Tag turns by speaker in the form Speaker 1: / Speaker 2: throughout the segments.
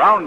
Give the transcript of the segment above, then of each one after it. Speaker 1: Down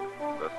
Speaker 1: The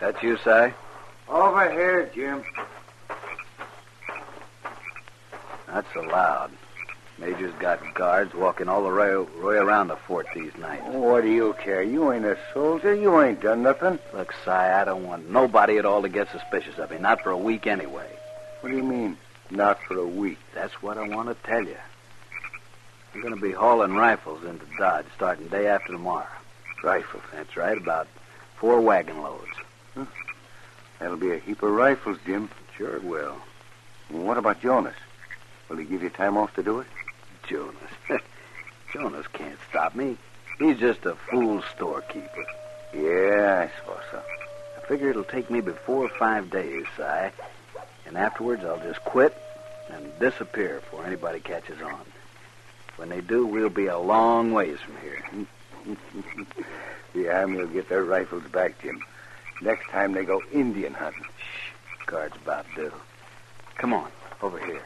Speaker 2: That you, Si?
Speaker 3: Over here, Jim.
Speaker 2: That's allowed. Major's got guards walking all the way, way around the fort these nights.
Speaker 3: What do you care? You ain't a soldier. You ain't done nothing.
Speaker 2: Look, Si, I don't want nobody at all to get suspicious of me. Not for a week, anyway.
Speaker 3: What do you mean? Not for a week.
Speaker 2: That's what I want to tell you. I'm going to be hauling rifles into Dodge starting day after tomorrow.
Speaker 3: Rifles.
Speaker 2: That's right, about four wagon loads.
Speaker 3: That'll be a heap of rifles, Jim.
Speaker 2: Sure it will.
Speaker 3: And what about Jonas? Will he give you time off to do it?
Speaker 2: Jonas. Jonas can't stop me. He's just a fool storekeeper.
Speaker 3: Yeah, I suppose so.
Speaker 2: I figure it'll take me but four or five days, Si. And afterwards, I'll just quit and disappear before anybody catches on. When they do, we'll be a long ways from here.
Speaker 3: The army will get their rifles back, Jim. Next time they go Indian hunting.
Speaker 2: Guards about due. Come on, over here.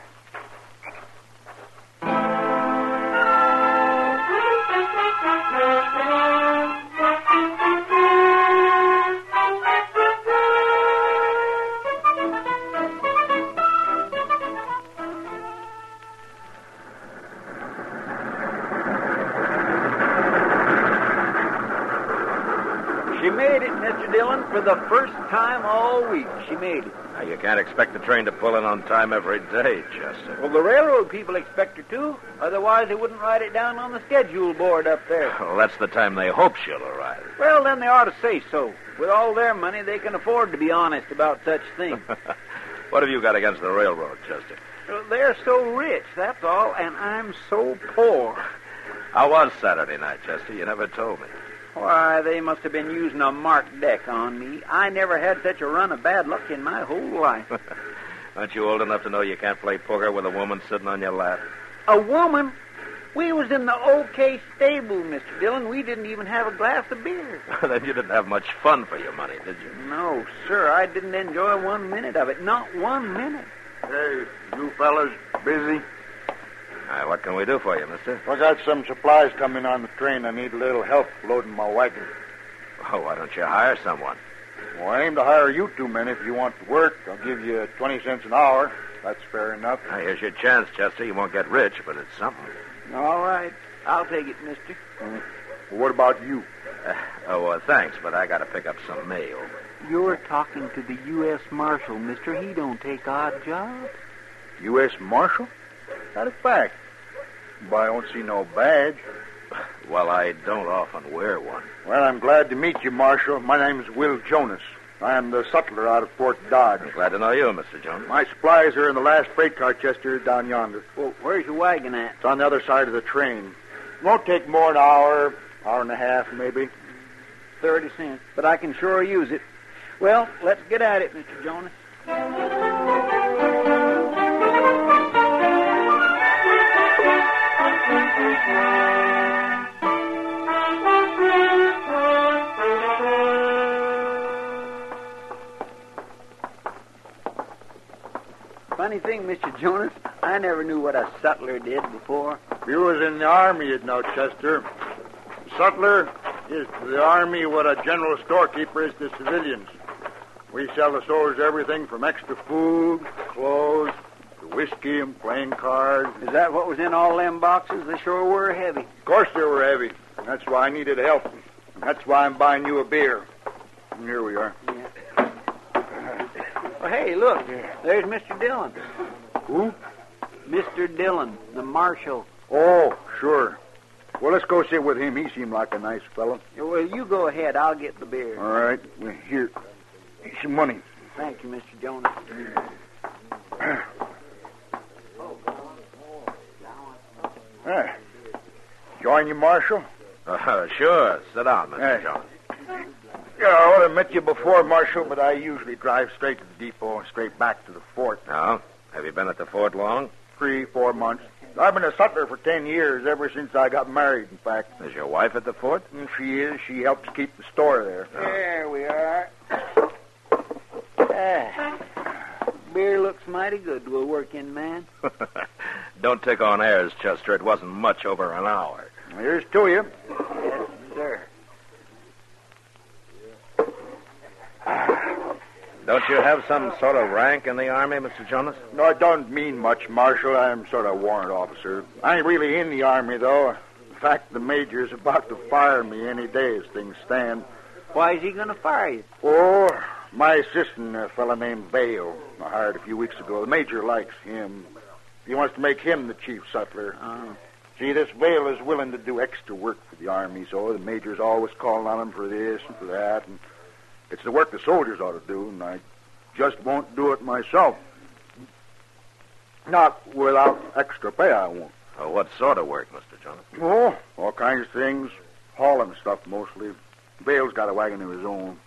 Speaker 4: She made it, Mr. Dillon, for the first time all week. She made it.
Speaker 5: Now, you can't expect the train to pull in on time every day, Chester.
Speaker 4: Well, the railroad people expect her to. Otherwise, they wouldn't write it down on the schedule board up there.
Speaker 5: Well, that's the time they hope she'll arrive.
Speaker 4: Well, then they ought to say so. With all their money, they can afford to be honest about such things.
Speaker 5: What have you got against the railroad, Chester?
Speaker 4: Well, They're so rich, that's all, and I'm so poor.
Speaker 5: How was Saturday night, Chester? You never told me.
Speaker 4: Why, they must have been using a marked deck on me. I never had such a run of bad luck in my whole life.
Speaker 5: Aren't you old enough to know you can't play poker with a woman sitting on your lap?
Speaker 4: A woman? We was in the OK stable, Mr. Dillon. We didn't even have a glass of beer.
Speaker 5: then you didn't have much fun for your money, did you?
Speaker 4: No, sir, I didn't enjoy one minute of it. Not one minute.
Speaker 6: Hey, you fellas busy?
Speaker 5: Now, what can we do for you, mister?
Speaker 6: I got some supplies coming on the train. I need a little help loading my wagon.
Speaker 5: Oh, why don't you hire someone?
Speaker 6: Well, I aim to hire you two men if you want to work. I'll give you 20 cents an hour. That's fair enough.
Speaker 5: Now, here's your chance, Chester. You won't get rich, but it's something.
Speaker 4: All right. I'll take it, mister.
Speaker 6: What about you?
Speaker 5: Oh, well, thanks, but I got to pick up some mail.
Speaker 7: You're talking to the U.S. Marshal, mister. He don't take odd jobs.
Speaker 6: U.S. Marshal? Not a fact. But I don't see no badge.
Speaker 5: Well, I don't often wear one.
Speaker 6: Well, I'm glad to meet you, Marshal. My name's Will Jonas. I am the sutler out of Fort Dodge.
Speaker 5: I'm glad to know you, Mr. Jones.
Speaker 6: My supplies are in the last freight car, Chester, down yonder.
Speaker 4: Well, where's your wagon at?
Speaker 6: It's on the other side of the train. Won't take more than an hour, hour and a half, maybe.
Speaker 4: Thirty cents. But I can sure use it. Well, let's get at it, Mr. Jonas. Funny thing, Mr. Jonas, I never knew what a sutler did before.
Speaker 6: You was in the army, you know, Chester. Sutler is to the army what a general storekeeper is to civilians. We sell the soldiers everything from extra food, clothes, to whiskey and playing cards.
Speaker 4: Is that what was in all them boxes? They sure were heavy.
Speaker 6: Of course they were heavy. That's why I needed help. And That's why I'm buying you a beer. And here we are.
Speaker 4: Well, hey, look, there's Mr. Dillon.
Speaker 6: Who?
Speaker 4: Mr. Dillon, the marshal.
Speaker 6: Oh, sure. Well, let's go sit with him. He seemed like a nice fellow.
Speaker 4: Well, you go ahead. I'll get the
Speaker 6: All
Speaker 4: beer.
Speaker 6: right. Well, Here. Here's some money.
Speaker 4: Thank you, Mr. Jonas.
Speaker 6: Ah. Join you, Marshal?
Speaker 5: Uh, sure. Sit down, Mr.
Speaker 6: Hey.
Speaker 5: Jones.
Speaker 6: Yeah, I would have met you before, Marshal, but I usually drive straight to the depot and straight back to the fort.
Speaker 5: No? Have you been at the fort long?
Speaker 6: Three, four months. I've been a sutler for ten years, ever since I got married, in fact.
Speaker 5: Is your wife at the fort?
Speaker 6: And she is. She helps keep the store there.
Speaker 4: There we are. Ah, beer looks mighty good to a working man.
Speaker 5: Don't take on airs, Chester. It wasn't much over an hour.
Speaker 6: Here's to you.
Speaker 4: Yes, sir.
Speaker 5: Don't you have some sort of rank in the army, Mr. Jonas?
Speaker 6: No, I don't mean much, Marshal. I'm sort of warrant officer. I ain't really in the army, though. In fact, the major's about to fire me any day as things stand.
Speaker 4: Why is he going to fire you?
Speaker 6: Oh, my assistant, a fellow named Bale, I hired a few weeks ago. The major likes him. He wants to make him the chief sutler.
Speaker 4: Oh.
Speaker 6: See, this Bale is willing to do extra work for the army, so the major's always calling on him for this and for that. And it's the work the soldiers ought to do, and I just won't do it myself. Not without extra pay, I won't.
Speaker 5: Or Uh, what sort of work, Mr. Jonas?
Speaker 6: Oh, all kinds of things. Hauling stuff mostly. Bale's got a wagon of his own.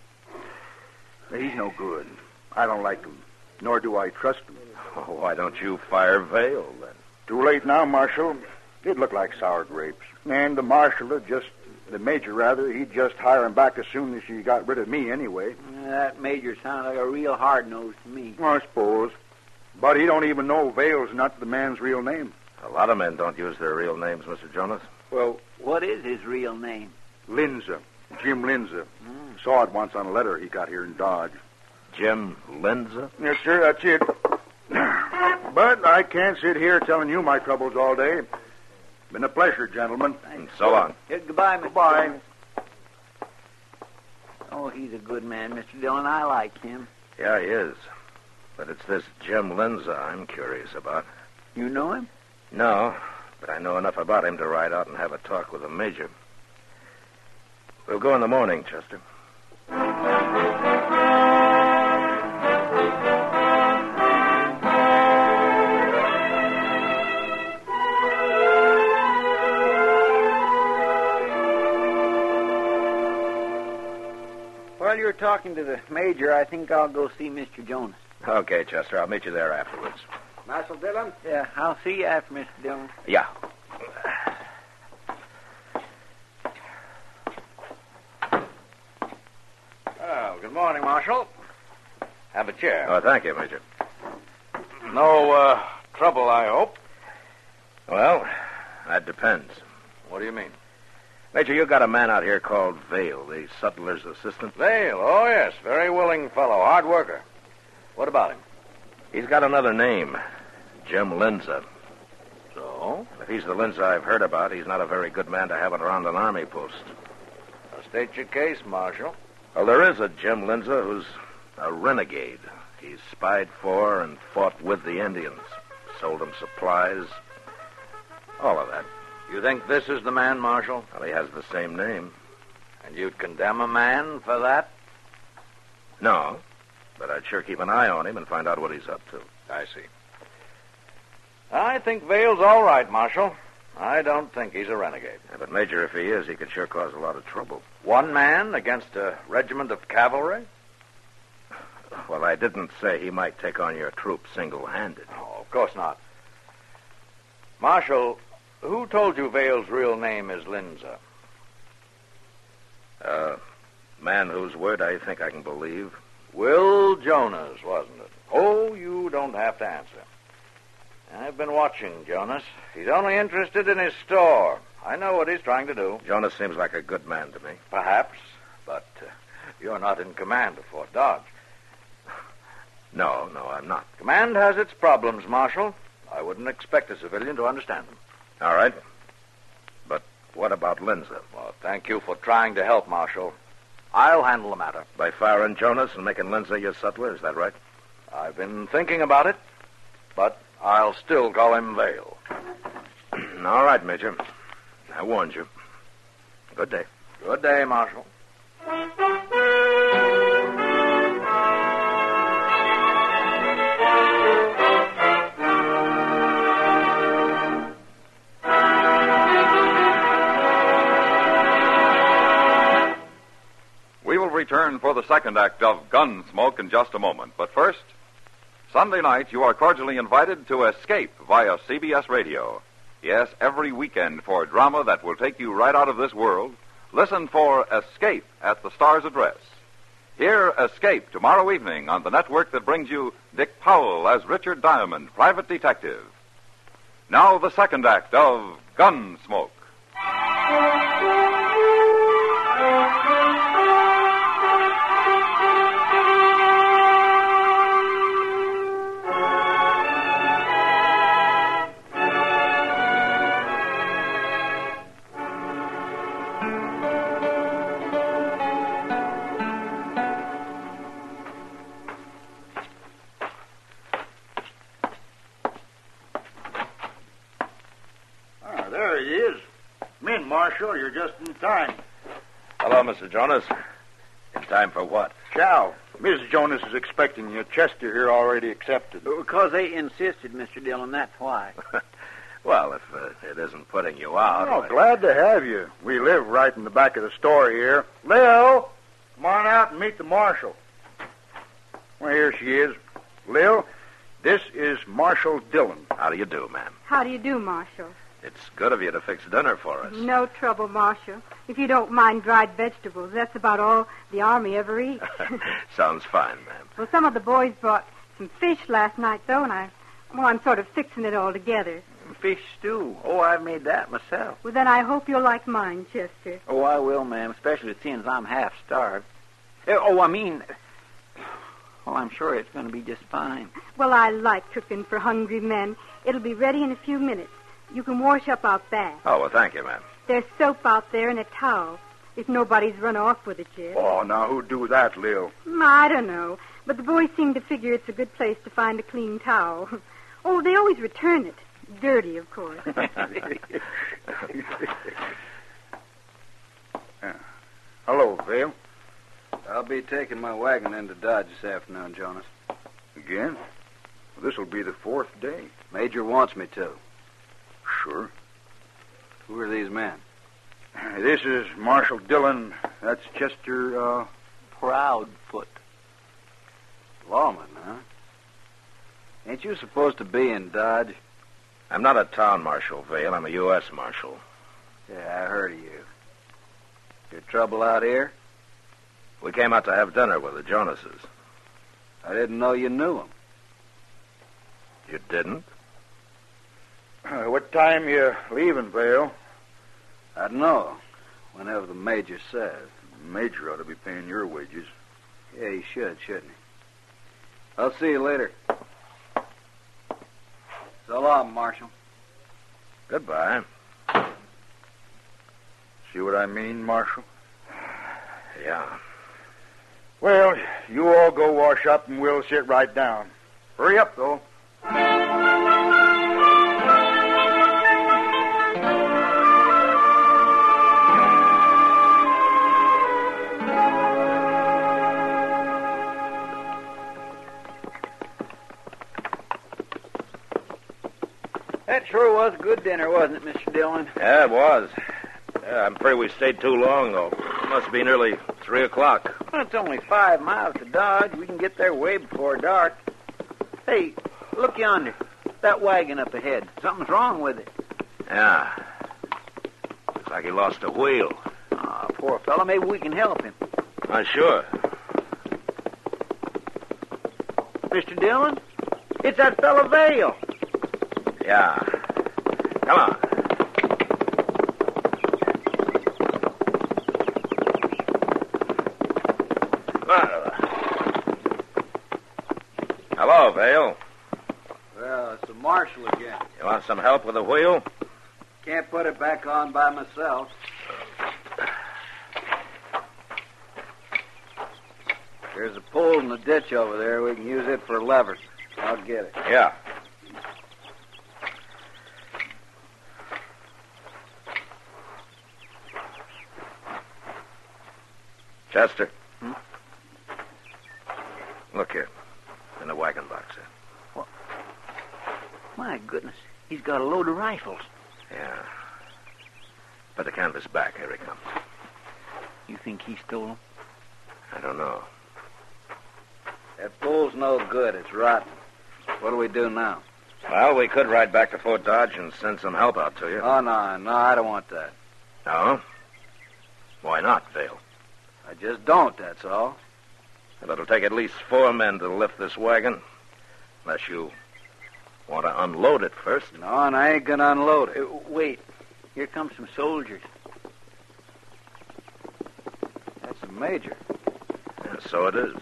Speaker 6: But He's no good. I don't like him, nor do I trust him.
Speaker 5: Oh, why don't you fire Vale, then?
Speaker 6: Too late now, Marshal. It looked like sour grapes. And the marshal had just, the major rather, he'd just hire him back as soon as he got rid of me anyway.
Speaker 4: That major sounds like a real hard nose to me.
Speaker 6: I suppose. But he don't even know Vale's not the man's real name.
Speaker 5: A lot of men don't use their real names, Mr. Jonas.
Speaker 6: Well,
Speaker 4: What is his real name?
Speaker 6: Linza, Jim Linza. Saw it once on a letter he got here in Dodge.
Speaker 5: Jim Linza?
Speaker 6: Yes, sir, that's it. but I can't sit here telling you my troubles all day. Been a pleasure, gentlemen.
Speaker 5: And so long.
Speaker 4: Yeah, goodbye, Mr.
Speaker 6: Goodbye.
Speaker 4: Dillon. Oh, he's a good man, Mr. Dillon. I like him.
Speaker 5: Yeah, he is. But it's this Jim Linza I'm curious about.
Speaker 4: You know him?
Speaker 5: No, but I know enough about him to ride out and have a talk with the major. We'll go in the morning, Chester.
Speaker 4: While you're talking to the major, I think I'll go see Mr. Jonas.
Speaker 5: Okay, Chester. I'll meet you there afterwards.
Speaker 2: Marshal Dillon?
Speaker 4: Yeah, I'll see you after, Mr. Dillon.
Speaker 5: Yeah.
Speaker 2: Oh, good morning, Marshal. Have a chair.
Speaker 5: Oh, thank you, Major.
Speaker 2: No uh, trouble, I hope.
Speaker 5: Well, that depends.
Speaker 2: What do you mean?
Speaker 5: Major, you got a man out here called Vale, the sutler's assistant.
Speaker 2: Vale. Oh, yes. Very willing fellow. Hard worker. What about him?
Speaker 5: He's got another name, Jim Linza.
Speaker 2: So?
Speaker 5: If he's the Linza I've heard about, he's not a very good man to have around an army post.
Speaker 2: state your case, Marshal.
Speaker 5: Well, there is a Jim Linza who's a renegade. He's spied for and fought with the Indians, sold them supplies, all of that.
Speaker 2: You think this is the man, Marshal?
Speaker 5: Well, he has the same name.
Speaker 2: And you'd condemn a man for that?
Speaker 5: No, but I'd sure keep an eye on him and find out what he's up to.
Speaker 2: I see. I think Vale's all right, Marshal. I don't think he's a renegade.
Speaker 5: Yeah, but Major, if he is, he could sure cause a lot of trouble.
Speaker 2: One man against a regiment of cavalry?
Speaker 5: Well, I didn't say he might take on your troops single-handed.
Speaker 2: No, of course not. Marshal, who told you Vale's real name is Linza?
Speaker 5: Uh, man whose word I think I can believe.
Speaker 2: Will Jonas, wasn't it? Oh, you don't have to answer. I've been watching Jonas. He's only interested in his store. I know what he's trying to do.
Speaker 5: Jonas seems like a good man to me.
Speaker 2: Perhaps, but uh, you're not in command of Fort Dodge.
Speaker 5: No, no, I'm not.
Speaker 2: Command has its problems, Marshal. I wouldn't expect a civilian to understand them.
Speaker 5: All right. But What about Linza?
Speaker 8: Well, thank you for trying to help, Marshal. I'll handle the matter.
Speaker 5: By firing Jonas and making Linza your sutler, is that right?
Speaker 8: I've been thinking about it, but I'll still call him Vale.
Speaker 5: All right, Major. I warned you. Good day.
Speaker 8: Good day, Marshal.
Speaker 1: We will return for the second act of Gunsmoke in just a moment. But first, Sunday night, you are cordially invited to escape via CBS radio. Yes, every weekend for a drama that will take you right out of this world. Listen for Escape at the Star's Address. Hear Escape tomorrow evening on the network that brings you Dick Powell as Richard Diamond, private detective. Now, the second act of Gunsmoke.
Speaker 6: Ah, there he is. Come in, Marshal. You're just in time.
Speaker 5: Hello, Mr. Jonas. In time for what?
Speaker 6: Chow. Miss Jonas is expecting you. Chester here already accepted.
Speaker 5: Oh,
Speaker 4: Because they insisted, Mr. Dillon, that's why.
Speaker 5: Well, if uh, it isn't putting you out.
Speaker 6: Oh,
Speaker 5: I-
Speaker 6: glad to have you. We live right in the back of the store here. Lil, come on out and meet the marshal. Well, here she is. Lil, this is Marshal Dillon.
Speaker 5: How do you do, ma'am?
Speaker 9: How do you do, Marshal?
Speaker 5: It's good of you to fix dinner for us.
Speaker 9: No trouble, Marshal. If you don't mind dried vegetables, that's about all the Army ever eats.
Speaker 5: Sounds fine, ma'am.
Speaker 9: well, some of the boys brought some fish last night, though, and I, well, I'm sort of fixing it all together.
Speaker 4: Fish stew. Oh, I've made that myself.
Speaker 9: Well, then I hope you'll like mine, Chester.
Speaker 4: Oh, I will, ma'am, especially seeing as I'm half starved. Eh, Oh, I mean, well, I'm sure it's going to be just fine.
Speaker 9: Well, I like cooking for hungry men. It'll be ready in a few minutes. You can wash up out back.
Speaker 5: Oh, well, thank you, ma'am.
Speaker 9: There's soap out there and a towel, if nobody's run off with it yet.
Speaker 6: Oh, now who'd do that, Lil?
Speaker 9: Mm, I don't know, but the boys seem to figure it's a good place to find a clean towel. Oh, they always return it. Dirty, of course.
Speaker 6: Hello, Vale.
Speaker 2: I'll be taking my wagon into Dodge this afternoon, Jonas.
Speaker 6: Again? This'll be the fourth day.
Speaker 2: Major wants me to.
Speaker 6: Sure.
Speaker 2: Who are these men?
Speaker 6: This is Marshal Dillon. That's Chester, uh,
Speaker 4: Proudfoot.
Speaker 2: Lawmen, huh? Ain't you supposed to be in Dodge?
Speaker 5: I'm not a town marshal, Vale. I'm a U.S. marshal.
Speaker 2: Yeah, I heard of you. Your trouble out here?
Speaker 5: We came out to have dinner with the Jonases.
Speaker 2: I didn't know you knew 'em.
Speaker 5: You didn't?
Speaker 6: uh, what time you leaving, Vale?
Speaker 2: I know. Whenever the major says.
Speaker 6: Major ought to be paying your wages.
Speaker 2: Yeah, he should, shouldn't he? I'll see you later. So long, Marshal.
Speaker 5: Goodbye.
Speaker 6: See what I mean, Marshal?
Speaker 5: Yeah.
Speaker 6: Well, you all go wash up and we'll sit right down. Hurry up, though.
Speaker 4: That sure was good dinner, wasn't it, Mr. Dillon?
Speaker 5: Yeah, it was. Yeah, I'm afraid we stayed too long, though. It must be nearly 3 o'clock.
Speaker 4: Well, it's only five miles to Dodge. We can get there way before dark. Hey, look yonder. That wagon up ahead. Something's wrong with it.
Speaker 5: Yeah. Looks like he lost a wheel.
Speaker 4: Ah, poor fellow. Maybe we can help him.
Speaker 5: Uh, sure.
Speaker 4: Mr. Dillon? It's that fellow Vale.
Speaker 5: Yeah. Come on. Hello, Vale.
Speaker 2: Well, it's the Marshal again.
Speaker 5: You want some help with the wheel?
Speaker 10: Can't put it back on by myself. There's a pole in the ditch over there. We can use it for levers. I'll get it.
Speaker 11: Yeah.
Speaker 5: Chester. Look here. In the wagon box there.
Speaker 12: My goodness, he's got a load of rifles.
Speaker 5: Yeah. Put the canvas back. Here he comes.
Speaker 12: You think he stole them?
Speaker 5: I don't know.
Speaker 10: That pole's no good. It's rotten. What do we do now?
Speaker 5: Well, we could ride back to Fort Dodge and send some help out to you.
Speaker 10: Oh, no, no, I don't want that.
Speaker 5: No? Why not, Vale?
Speaker 10: I just don't, that's all.
Speaker 5: Well, it'll take at least four men to lift this wagon. Unless you want to unload it first.
Speaker 10: No, and I ain't gonna unload it.
Speaker 12: Uh, wait, here come some soldiers.
Speaker 10: That's the major.
Speaker 5: Yeah, so it is.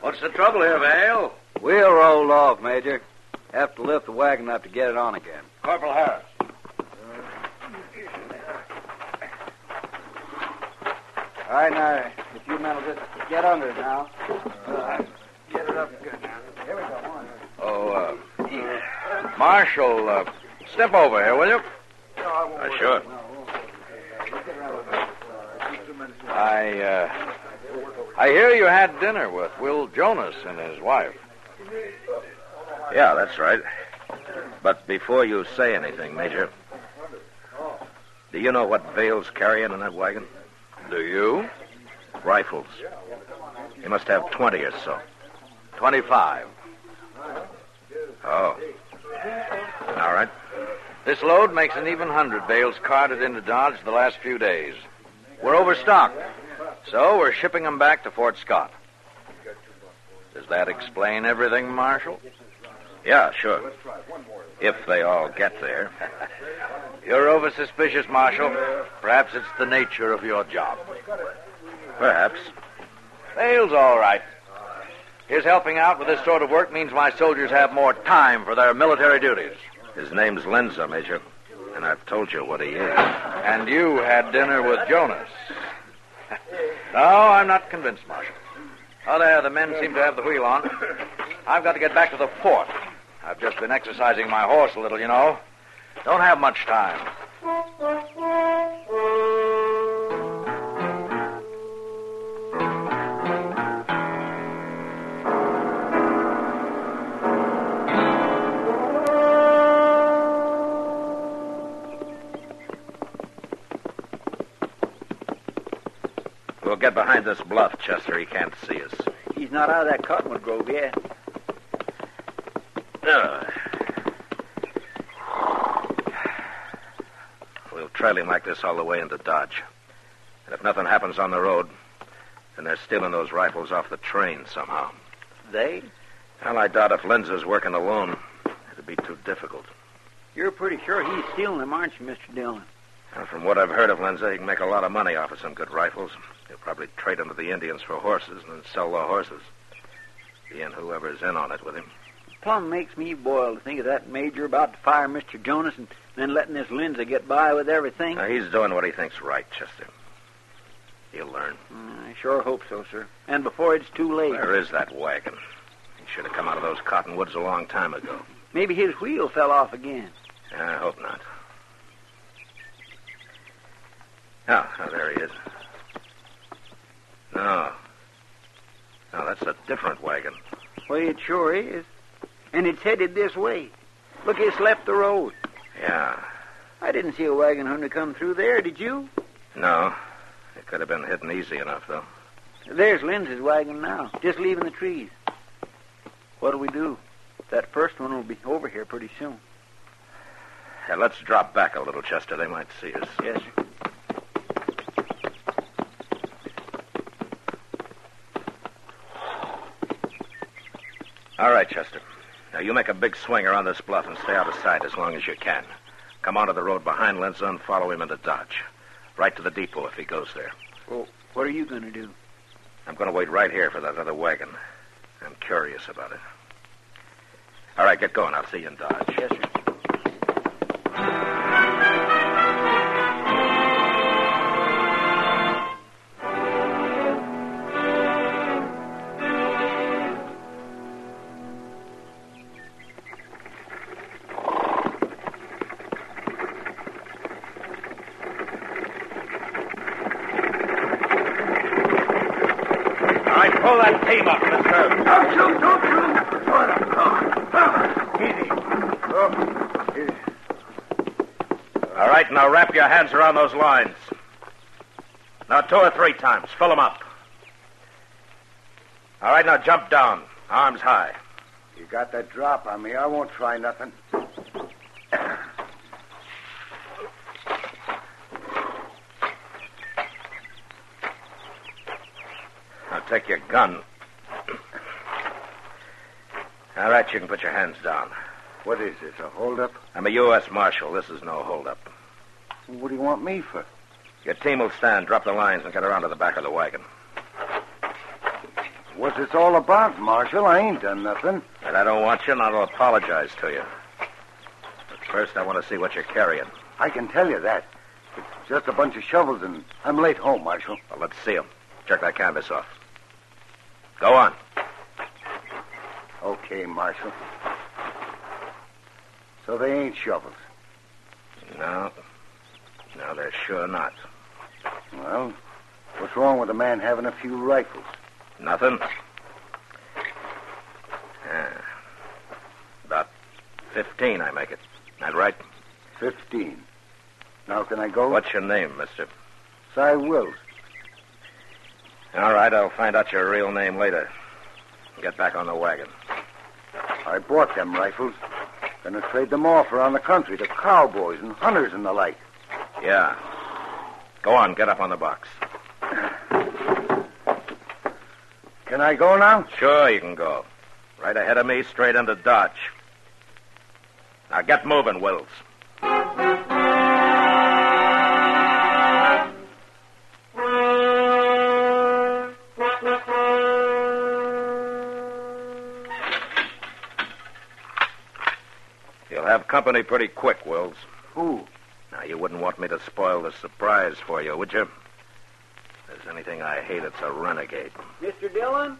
Speaker 6: What's the trouble here, Vale?
Speaker 10: Wheel rolled off, Major. Have to lift the wagon up to get it on again.
Speaker 6: Corporal Harris.
Speaker 10: All right, now, if you men will just get under it now. get it up good now. Here we go. One.
Speaker 5: Oh, uh, Marshal, uh, step over here, will you? Uh, sure. I, uh, I hear you had dinner with Will Jonas and his wife. Yeah, that's right. But before you say anything, Major, do you know what Vale's carrying in that wagon?
Speaker 6: Do you?
Speaker 5: Rifles. He must have 20 or so.
Speaker 6: 25.
Speaker 5: Oh. All right.
Speaker 6: This load makes an even hundred bales carted into Dodge the last few days. We're overstocked, so we're shipping them back to Fort Scott. Does that explain everything, Marshal?
Speaker 5: Yeah, sure. If they all get there.
Speaker 6: You're over suspicious, Marshal. Perhaps it's the nature of your job.
Speaker 5: Perhaps.
Speaker 6: Bale's all right. His helping out with this sort of work means my soldiers have more time for their military duties.
Speaker 5: His name's Lenza, Major. And I've told you what he is.
Speaker 6: And you had dinner with Jonas. no, I'm not convinced, Marshal. Oh, there, the men seem to have the wheel on. I've got to get back to the fort. I've just been exercising my horse a little, you know. Don't have much time.
Speaker 5: We'll get behind this bluff, Chester. He can't see us.
Speaker 4: He's not out of that cottonwood grove yet.
Speaker 5: Ugh. We'll trail him like this all the way into Dodge. And if nothing happens on the road, then they're stealing those rifles off the train somehow.
Speaker 4: They?
Speaker 5: Well, I doubt if Lenza's working alone. It'd be too difficult.
Speaker 4: You're pretty sure he's stealing them, aren't you, Mr. Dillon?
Speaker 5: And from what I've heard of Lenza, he can make a lot of money off of some good rifles. He'll probably trade them to the Indians for horses and then sell the horses. He and whoever's in on it with him.
Speaker 4: Plum makes me boil to think of that major about to fire Mr. Jonas and then letting this Lindsay get by with everything.
Speaker 5: Now, he's doing what he thinks right, Chester. He'll learn.
Speaker 4: Mm, I sure hope so, sir. And before it's too late.
Speaker 5: Where is that wagon? He should have come out of those cottonwoods a long time ago.
Speaker 4: Maybe his wheel fell off again.
Speaker 5: I hope not. Oh, oh, there he is. No. No, that's a different wagon.
Speaker 4: Well, it sure is. And it's headed this way. Look, it's left the road.
Speaker 5: Yeah.
Speaker 4: I didn't see a wagon hunter come through there, did you?
Speaker 5: No. It could have been hidden easy enough, though.
Speaker 4: There's Lindsay's wagon now, just leaving the trees. What do we do? That first one will be over here pretty soon.
Speaker 5: Yeah, let's drop back a little, Chester. They might see us.
Speaker 4: Yes, sir.
Speaker 5: All right, Chester. Now, you make a big swing around this bluff and stay out of sight as long as you can. Come onto the road behind Lenza and follow him into Dodge. Right to the depot if he goes there.
Speaker 4: Well, what are you going to do?
Speaker 5: I'm going to wait right here for that other wagon.
Speaker 6: I'm curious about it. All right, get going. I'll see you in Dodge. Yes, sir.
Speaker 13: All right, pull that team up, mister.
Speaker 3: Don't shoot! Don't shoot! Easy.
Speaker 6: Oh. All right, now wrap your hands around those lines. Now, two or three times. Fill them up. All right, now jump down. Arms high.
Speaker 3: You got that drop on me. I won't try nothing.
Speaker 6: Now take your gun. All right, you can put your hands down.
Speaker 3: What is this, a holdup?
Speaker 6: I'm a U.S. Marshal. This is no holdup.
Speaker 3: What do you want me for?
Speaker 6: Your team will stand, drop the lines, and get around to the back of the wagon.
Speaker 3: What's this all about, Marshal? I ain't done nothing.
Speaker 6: And I don't want you, and I'll apologize to you. But first, I want to see what you're carrying.
Speaker 3: I can tell you that. It's just a bunch of shovels, and I'm late home, Marshal.
Speaker 6: Well, let's see 'em. Check that canvas off. Go on.
Speaker 3: Okay, Marshal. So they ain't shovels.
Speaker 6: No. No, they're sure not.
Speaker 3: Well, what's wrong with a man having a few rifles?
Speaker 6: Nothing. Ah. About 15, I make it. That right?
Speaker 3: Fifteen. Now can I go?
Speaker 6: What's your name, mister?
Speaker 3: Cy Wills.
Speaker 6: All right, I'll find out your real name later. Get back on the wagon.
Speaker 3: I bought them rifles. Gonna trade them off around the country to cowboys and hunters and the like.
Speaker 6: Yeah. Go on, get up on the box.
Speaker 3: Can I go now?
Speaker 6: Sure, you can go. Right ahead of me, straight into Dodge. Now get moving, Wills. You'll have company pretty quick, Wills.
Speaker 3: Who?
Speaker 6: Now, you wouldn't want me to spoil the surprise for you, would you? If there's anything I hate, it's a renegade.
Speaker 4: Mr. Dillon?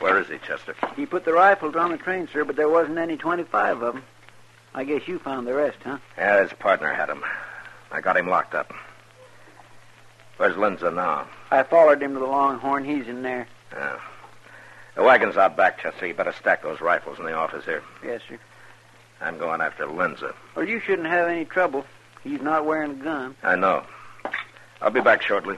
Speaker 6: Where is he, Chester?
Speaker 4: He put the rifles on the train, sir, but there wasn't any 25 of them. I guess you found the rest, huh?
Speaker 6: Yeah, his partner had him. I got him locked up. Where's Lindsay now?
Speaker 4: I followed him to the Longhorn. He's in there.
Speaker 6: The wagon's out back, Chester. You better stack those rifles in the office here.
Speaker 4: Yes, sir.
Speaker 6: I'm going after Lindsay.
Speaker 4: Well, you shouldn't have any trouble. He's not wearing a gun.
Speaker 6: I know. I'll be back shortly.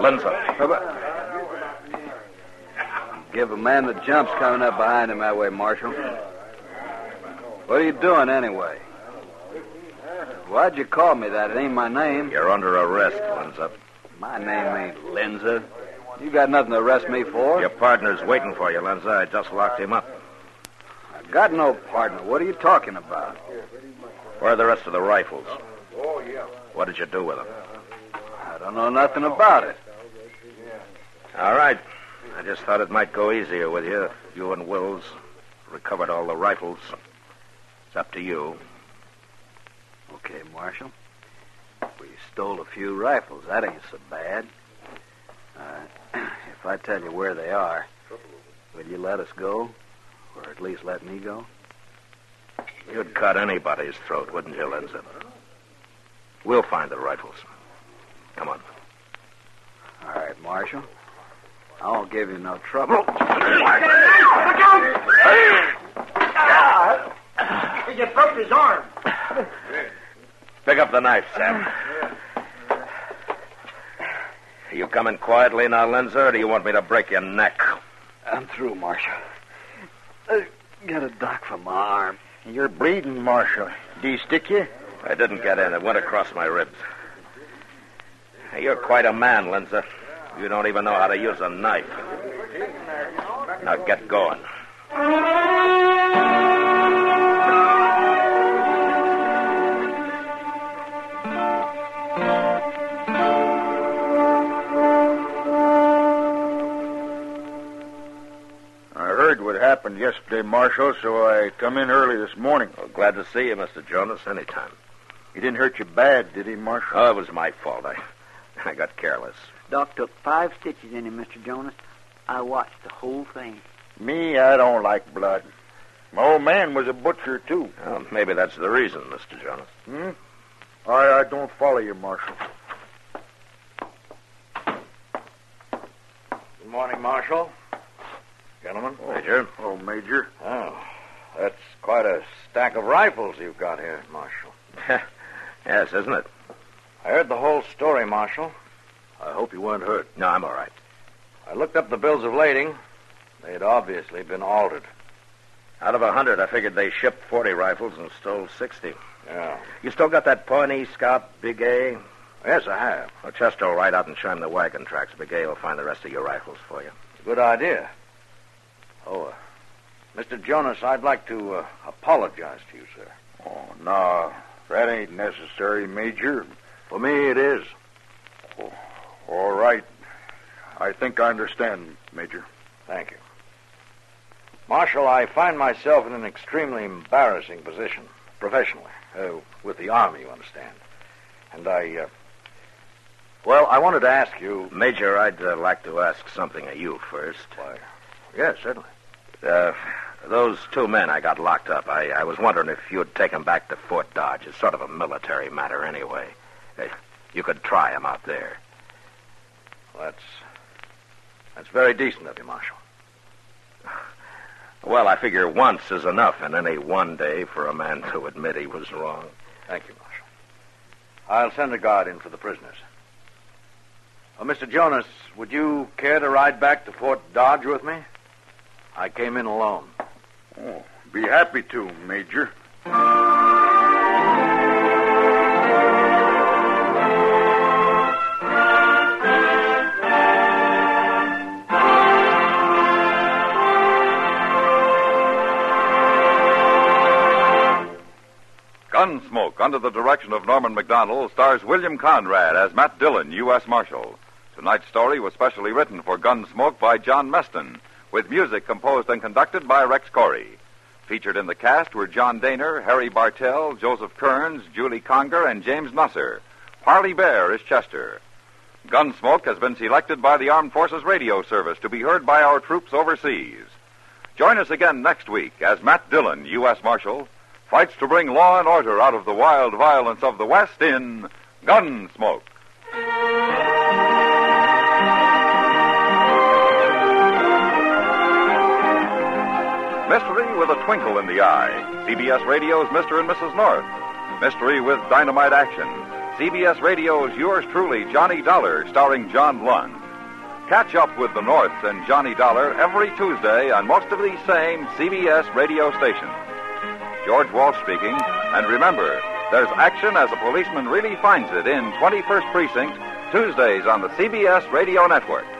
Speaker 6: Lindsay.
Speaker 5: Give a man the jumps coming up behind him that way, Marshal. What are you doing anyway? Why'd you call me that? It ain't my name.
Speaker 6: You're under arrest, Lindsay.
Speaker 5: My name ain't Linza. You got nothing to arrest me for.
Speaker 6: Your partner's waiting for you, Lindsay. I just locked him up.
Speaker 5: I got no partner. What are you talking about?
Speaker 6: Where are the rest of the rifles? What did you do with them?
Speaker 5: I don't know nothing about it.
Speaker 6: All right. I just thought it might go easier with you. You and Wills recovered all the rifles. It's up to you.
Speaker 5: Okay, Marshal. We stole a few rifles. That ain't so bad. Uh, if I tell you where they are, will you let us go? Or at least let me go?
Speaker 6: You'd cut anybody's throat, wouldn't you, Lindsay? We'll find the rifles. Come on.
Speaker 5: All right, Marshal. I won't give you no trouble.
Speaker 4: You broke his arm.
Speaker 6: Pick up the knife, Sam. Are you coming quietly now, Lindsay, or do you want me to break your neck?
Speaker 14: Uh,
Speaker 5: I'm through, Marshal.
Speaker 15: Got a dock for my arm.
Speaker 14: You're bleeding, Marshal. Did he stick you? I didn't get in. It went across my ribs. Hey, You're quite a man, Linzer. You don't even know how to use a knife. Now get going.
Speaker 3: I heard what happened yesterday, Marshal, so I come in early this morning.
Speaker 14: Well, glad to see you, Mr. Jonas, anytime.
Speaker 3: He didn't hurt you bad, did he,
Speaker 6: Uh,
Speaker 3: Marshal?
Speaker 14: Oh, it was my fault. I, I got careless.
Speaker 4: Doc took five stitches in him, Mr. Jonas. I watched the whole thing.
Speaker 3: Me, I don't like blood. My old man was a butcher, too.
Speaker 14: Well, maybe that's the reason, Mr. Jonas.
Speaker 3: I, I don't follow you, Marshal.
Speaker 6: Good morning, Marshal. Gentlemen.
Speaker 14: Major?
Speaker 3: Oh, Major.
Speaker 6: Oh, that's quite a stack of rifles you've got here, Marshal.
Speaker 14: Yes, isn't it?
Speaker 6: I heard the whole story, Marshal.
Speaker 14: I hope you weren't hurt. No, I'm all right.
Speaker 6: I looked up the bills of lading. They had obviously been altered.
Speaker 14: Out of a hundred, I figured they shipped 40 rifles and stole 60.
Speaker 6: Yeah.
Speaker 14: You still got that Pawnee scalp, Big A?
Speaker 6: Yes, I have.
Speaker 14: Well, Chester will ride out and chime the wagon tracks. Big A will find the rest of your rifles for you.
Speaker 6: Good idea. Oh, uh, Mr. Jonas, I'd like to uh, apologize to you, sir.
Speaker 3: Oh, no. That ain't necessary, Major.
Speaker 6: For me, it is.
Speaker 14: Oh,
Speaker 3: All right. I think I understand, Major.
Speaker 6: Thank you. Marshal, I find myself in an extremely embarrassing position, professionally, uh, with the Army, you understand. And I, uh, well, I wanted to ask you.
Speaker 14: Major, I'd uh, like to ask something of you first.
Speaker 6: Why, yes, certainly.
Speaker 14: Uh, those two men I got locked up, I, I was wondering if you'd take 'em back to Fort Dodge. It's sort of a military matter, anyway. Uh, You could try 'em out there.
Speaker 6: That's, that's very decent of you, Marshal.
Speaker 14: Well, I figure once is enough in any one day for a man to admit he was wrong.
Speaker 6: Thank you, Marshal. I'll send a guard in for the prisoners. Oh, Mr. Jonas, would you care to ride back to Fort Dodge with me? I came in alone.
Speaker 3: Oh, be happy to, Major.
Speaker 5: Gunsmoke, under the direction of Norman McDonald, stars William Conrad as Matt Dillon, U.S. Marshal. Tonight's story was specially written for Gunsmoke by John Meston, with music composed and conducted by Rex Corey. Featured in the cast were John Daner, Harry Bartell, Joseph Kearns, Julie Conger, and James Nusser. Parley Bear is Chester. Gunsmoke has been selected by the Armed Forces Radio Service to be heard by our troops overseas. Join us again next week as Matt Dillon, U.S. Marshal, fights to bring law and order out of the wild violence of the West in Gunsmoke. Mystery with a Twinkle in the Eye. CBS Radio's Mr. and Mrs. North. Mystery with Dynamite Action. CBS Radio's Yours Truly, Johnny Dollar, starring John Lund. Catch up with the North and Johnny Dollar every Tuesday on most of these same CBS radio stations. George Walsh speaking. And remember, there's action as a policeman really finds it in 21st Precinct, Tuesdays on the CBS Radio Network.